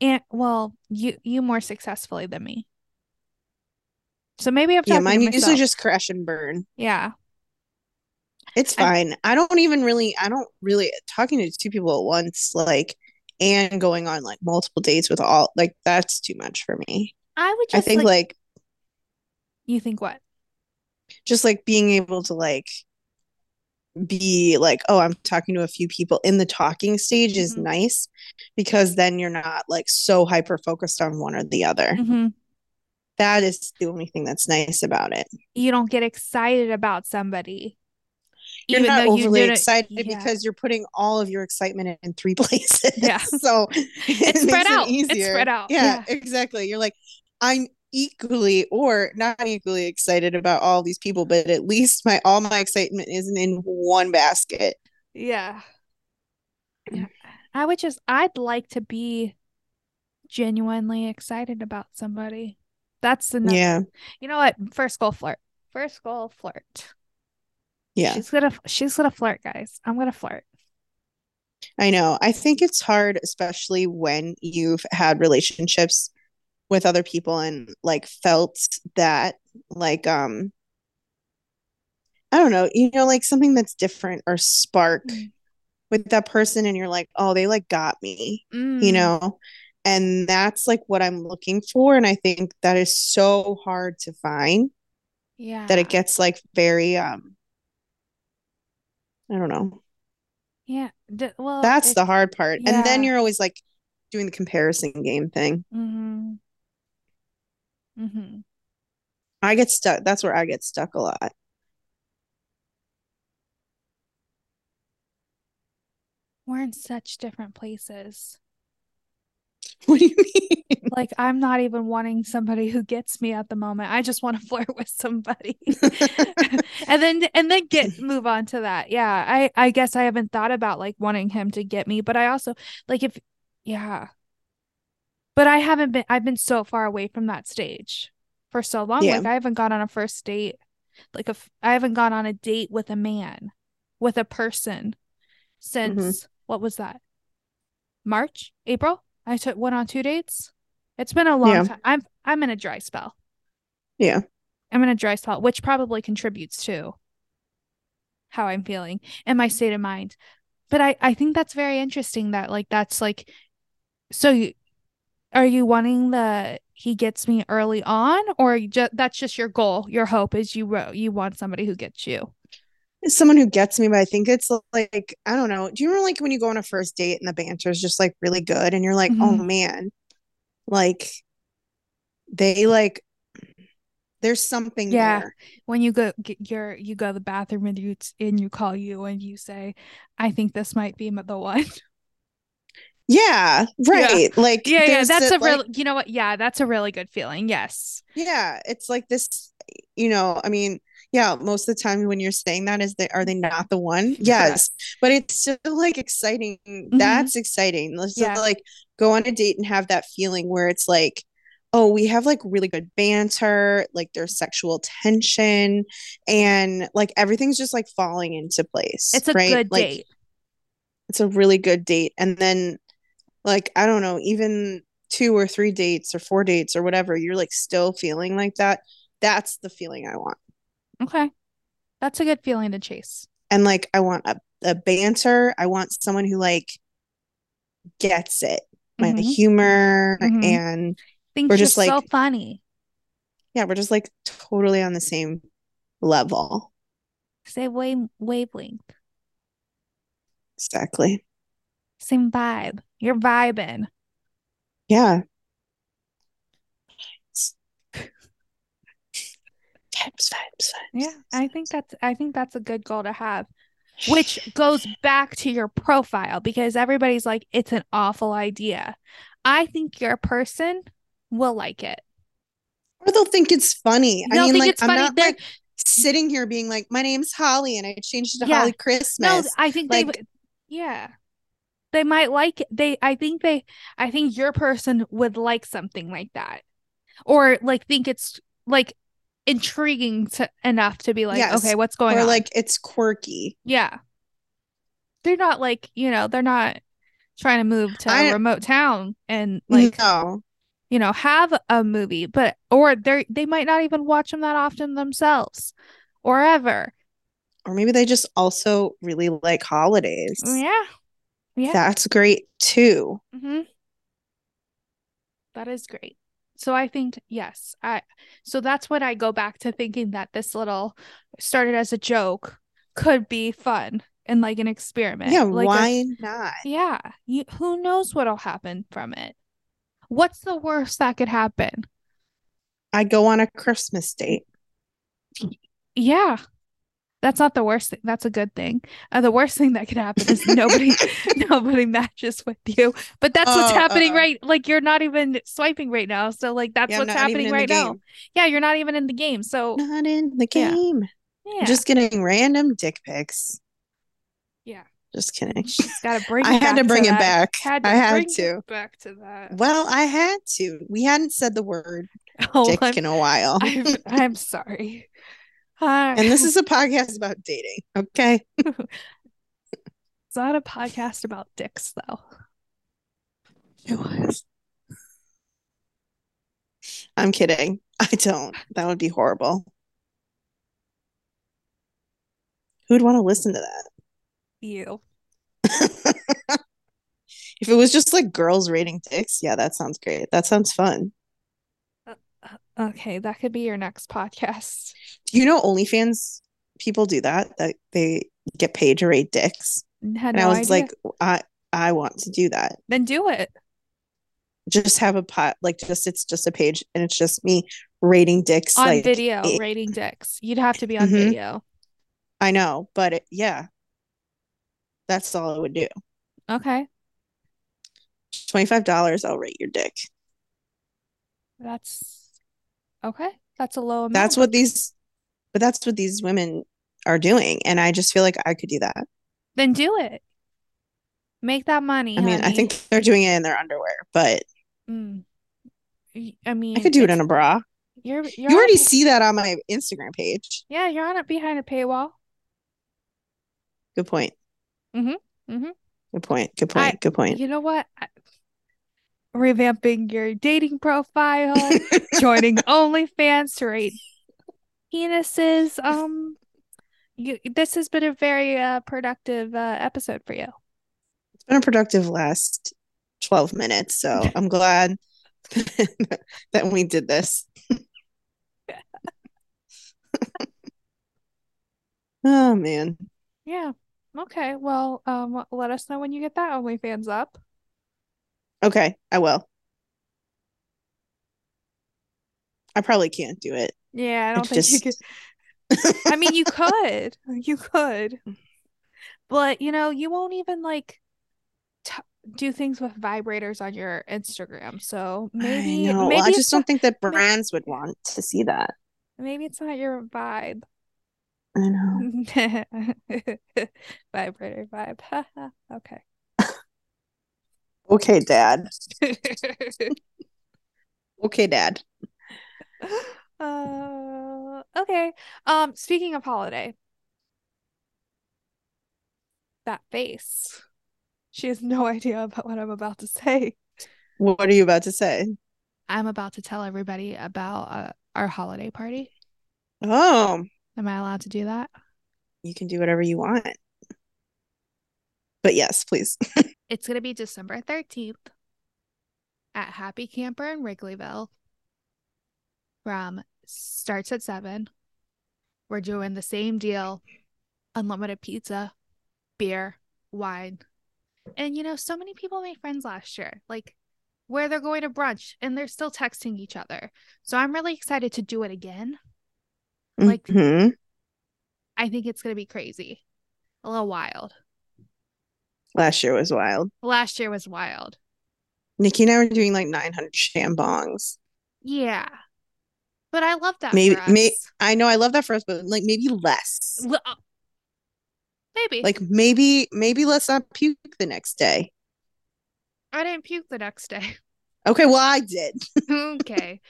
B: And well, you you more successfully than me. So maybe I'm
A: Yeah,
B: talking to
A: mine usually
B: myself.
A: just crash and burn.
B: Yeah.
A: It's
B: I-
A: fine. I don't even really, I don't really talking to two people at once, like, and going on like multiple dates with all, like, that's too much for me.
B: I would
A: I
B: just
A: think
B: like
A: like
B: you think what?
A: just like being able to like be like, oh, I'm talking to a few people in the talking stage is
B: Mhm.
A: nice because then you're not like so hyper focused on one or the other.
B: hmm
A: That is the only thing that's nice about it.
B: You don't get excited about somebody,
A: You're
B: even
A: not
B: though you
A: overly
B: didn't-
A: excited
B: yeah.
A: because you're putting all of your excitement in three places.
B: Yeah.
A: So it
B: spread
A: makes it
B: out. It's
A: easier.
B: spread out.
A: Yeah, exactly. You're like, I'm equally or not equally excited about all these people, but at least my all my excitement isn't in one basket.
B: Yeah. Yeah. I would just, I'd like to be genuinely excited about somebody. That's the number.
A: Yeah.
B: You know what? First goal flirt. First goal flirt.
A: Yeah.
B: She's gonna she's gonna flirt, guys. I'm gonna flirt.
A: I know. I think it's hard, especially when you've had relationships with other people and like felt that like um I don't know, you know, like something that's different or spark
B: Mm.
A: with that person and you're like, "Oh, they like got me." You
B: Mm.
A: know? And that's like what I'm looking for and I think that is so hard to find
B: Yeah.
A: that it gets like very um I don't know.
B: Yeah. D- well,
A: That's
B: it-
A: the hard part. And then
B: Oh, yeah.
A: you're always like doing the comparison game thing.
B: Mhm. Mhm.
A: I get stuck. That's where I get stuck a lot.
B: We're in such different places.
A: What do you mean?
B: Like I'm not even wanting somebody who gets me at the moment. I just want to flirt with somebody. and then and then get move on to that. Yeah. I I guess I haven't thought about like wanting him to get me, but I also like if yeah. But I haven't been I've been so far away from that stage for so long.
A: Yeah.
B: Like I haven't gone on a first date. Like if I haven't gone on a date with a man, with a person since what was that? March, April? I took went on two dates. It's been a long
A: Yeah.
B: time. I'm I'm in a dry spell.
A: Yeah.
B: I'm in a dry spell, which probably contributes to how I'm feeling and my state of mind. But I I think that's very interesting that like that's like so you, are you wanting the he gets me early on or you just that's just your goal, your hope is you wo- you want somebody who gets you.
A: It's someone who gets me, but I think it's like, I don't know. Do you remember like when you go on a first date and the banter is just like really good and you're like, oh
B: Mhm.
A: man, like they like, there's something
B: Yeah.
A: there.
B: When you go get your you go to the bathroom and you it's- and you call you and you say, I think this might be the one.
A: Yeah. Right. Like,
B: Yeah, yeah,
A: there's
B: that's
A: that,
B: a real
A: like-
B: you know what? Yeah, that's a really good feeling. Yes.
A: yeah. It's like this, you know, I mean, yeah, most of the time when you're saying that is that are they not the one? Yes. but it's still like exciting. That's exciting. Let's just,
B: Mm-hmm. Yeah.
A: like go on a date and have that feeling where it's like, oh, we have like really good banter, like there's sexual tension, and like everything's just like falling into place.
B: It's a
A: right?
B: good
A: like,
B: date.
A: It's a really good date. And then, like, I don't know, even two or three dates or four dates or whatever, you're like still feeling like that. That's the feeling I want.
B: Okay. That's a good feeling to chase.
A: And like, I want a, a banter. I want someone who like gets it. my
B: Mhm.
A: humor
B: Mhm.
A: and
B: Thinks
A: we're
B: you're
A: just,
B: so
A: like-
B: funny.
A: yeah we're just like totally on the same level
B: Same wave wavelength.
A: exactly
B: Same vibe. You're vibing.
A: Yeah. Vibes, vibes, vibes.
B: Yeah, I think that's I think that's a good goal to have, which goes back to your profile because everybody's like it's an awful idea. I think your person will like it.
A: Or they'll think it's funny. I
B: They'll
A: mean,
B: think
A: like,
B: it's
A: I'm
B: funny.
A: not
B: They're-
A: like sitting here being like, my name's Holly and I changed it to
B: Yeah.
A: Holly
B: No,
A: Christmas.
B: I think they
A: Like-
B: would, yeah. They might like it. they I think they I think your person would like something like that. Or like think it's like intriguing to enough to be like,
A: Yes.
B: okay, what's going
A: or
B: on?
A: like, it's quirky.
B: yeah. They're not like, you know, they're not trying to move to
A: I-
B: a remote town and like,
A: no.
B: you know, have a movie, but or they they might not even watch them that often themselves or ever.
A: Or maybe they just also really like holidays.
B: Oh, Yeah. Yeah.
A: That's great too.
B: Mm-hmm. That is great. So I think yes, I so that's when I go back to thinking that this little started as a joke could be fun and like an experiment.
A: Yeah,
B: like a-
A: why not?
B: yeah, you, who knows what'll happen from it? What's the worst that could happen?
A: I go on a Christmas date.
B: Yeah. That's not the worst thing. That's a good thing. Uh, the worst thing that could happen is nobody nobody matches with you. But that's what's
A: Oh,
B: happening
A: oh.
B: right like you're not even swiping right now. So like that's
A: Yeah, I'm
B: what's
A: not even
B: happening
A: in the
B: right now.
A: game.
B: Yeah, you're not even in the game. So
A: Not in the
B: Yeah.
A: game.
B: yeah,
A: Just getting random dick pics.
B: Yeah.
A: Just kidding.
B: she's got to bring.
A: I
B: it
A: had to
B: back
A: bring it
B: that.
A: back.
B: Had to
A: I had
B: bring it
A: to.
B: back to that.
A: Well, I had to. We hadn't said the word
B: Oh,
A: dick
B: I'm,
A: in a while.
B: I'm, I'm sorry. Uh,
A: and this is a podcast about dating. Okay.
B: it's not a podcast about dicks though.
A: I'm kidding. I don't. That would be horrible. Who'd want to listen to that?
B: You.
A: If it was just like girls rating dicks, yeah, that sounds great. That sounds fun.
B: Okay, that could be your next podcast.
A: Do you know OnlyFans people do that? That they get paid to rate dicks.
B: Had
A: And I
B: no
A: was
B: idea.
A: like, I I want to do that.
B: then do it.
A: Just have a pot like just it's just a page and it's just me rating dicks
B: on
A: like
B: video
A: it-
B: rating dicks you'd have to be on
A: Mhm.
B: video
A: I know, but it, yeah. That's all I would do.
B: okay
A: $25, I'll rate your dick.
B: Mm-hmm. that's okay that's a low amount
A: That's what these but that's what these women are doing and I just feel like I could do that.
B: then do it make that money
A: I mean, I
B: honey.
A: think they're doing it in their underwear, but
B: Mm. Y- i mean
A: I could do it
B: it's-
A: in a bra.
B: you're, you're
A: You
B: on a
A: already
B: pa-
A: see that on my Instagram page.
B: yeah you're on it behind a paywall
A: Good point.
B: Mhm, mhm.
A: Good point. Good point. Good point.
B: you know what I- revamping your dating profile joining OnlyFans to rate penises um you, this has been a very uh, productive uh, episode for you
A: it's been a productive last 12 minutes so i'm glad that we did this oh man
B: Yeah. Okay. Well, um, let us know when you get that OnlyFans up.
A: okay i will i probably can't do it
B: Yeah, I
A: I
B: don't think you could.
A: just-
B: I mean, you could. You could. But, you know, you won't even like t do things with vibrators on your Instagram. So maybe
A: i know
B: maybe
A: i
B: it's
A: just don't
B: not,
A: think that brands would want to see that
B: maybe it's not your vibe.
A: i know
B: Vibrator vibe. Okay.
A: okay dad okay dad
B: Uh, okay. Um, speaking of holiday, that face. She has no idea about what I'm about to say.
A: what are you about to say
B: I'm about to tell everybody about uh, our holiday party.
A: oh
B: Am I allowed to do that?
A: you can do whatever you want but yes please
B: It's going to be December 13th at Happy Camper in Wrigleyville. From starts at 7. We're doing the same deal. Unlimited pizza, beer, wine. And you know, so many people made friends last year. Like where they're going to brunch and they're still texting each other. So I'm really excited to do it again. Like-
A: Mhm.
B: I think it's going to be crazy, a little wild.
A: last year was wild.
B: Last year was wild.
A: Nikki and I were doing like 900 shambongs.
B: Yeah. But I love that.
A: Maybe-
B: for
A: may-
B: us.
A: I know I love that for us, but like maybe less.
B: L- uh, Maybe.
A: Like maybe maybe let's not puke the next day.
B: I didn't puke the next day.
A: Okay, well I did.
B: okay.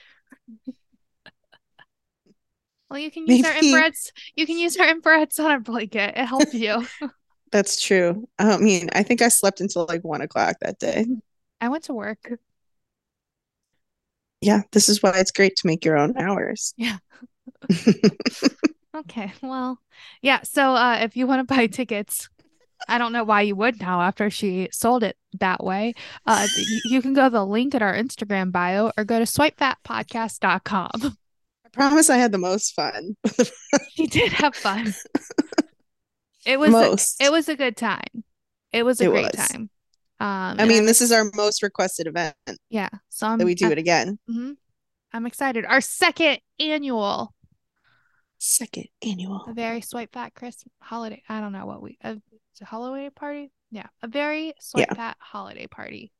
B: Well, you can use our
A: Maybe-
B: infrareds. You can use our infrareds on a blanket. It helped you.
A: That's true. I mean, I think I slept until like one o'clock that day.
B: I went to work.
A: Yeah, this is why it's great to make your own hours.
B: Yeah. Okay, well, yeah. So uh, if you want to buy tickets, I don't know why you would now after she sold it that way. Uh, th- you, you can go to the link in our Instagram bio or go to swipefatpodcast.com.
A: I promise I had the most fun.
B: She did have fun. It was a,
A: most.
B: it was a good time. It was a
A: It
B: great
A: was.
B: time. Um,
A: I mean, this is our most requested event
B: yeah. So I'm
A: that we do it again.
B: mhm. I'm excited. Our second annual,
A: Second annual.
B: a very swipe fat Chris holiday. I don't know what we a, it's a holiday party. Yeah, a very swipe
A: Yeah.
B: fat holiday party.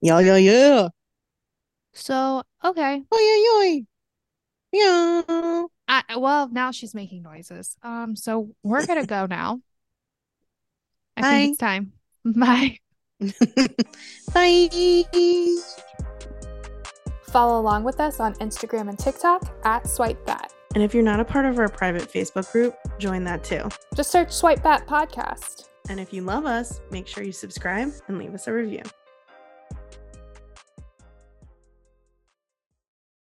A: Yeah, yeah, yeah.
B: So okay,
A: Oh yeah, yeah. Yeah.
B: I well now she's making noises. Um, so we're gonna go now. I
A: Bye.
B: think it's time. Bye.
A: Bye.
B: Follow along with us on Instagram and TikTok at Swipe Bat.
A: And if you're not a part of our private Facebook group, join that too.
B: Just search Swipe Bat Podcast.
A: And if you love us, make sure you subscribe and leave us a review.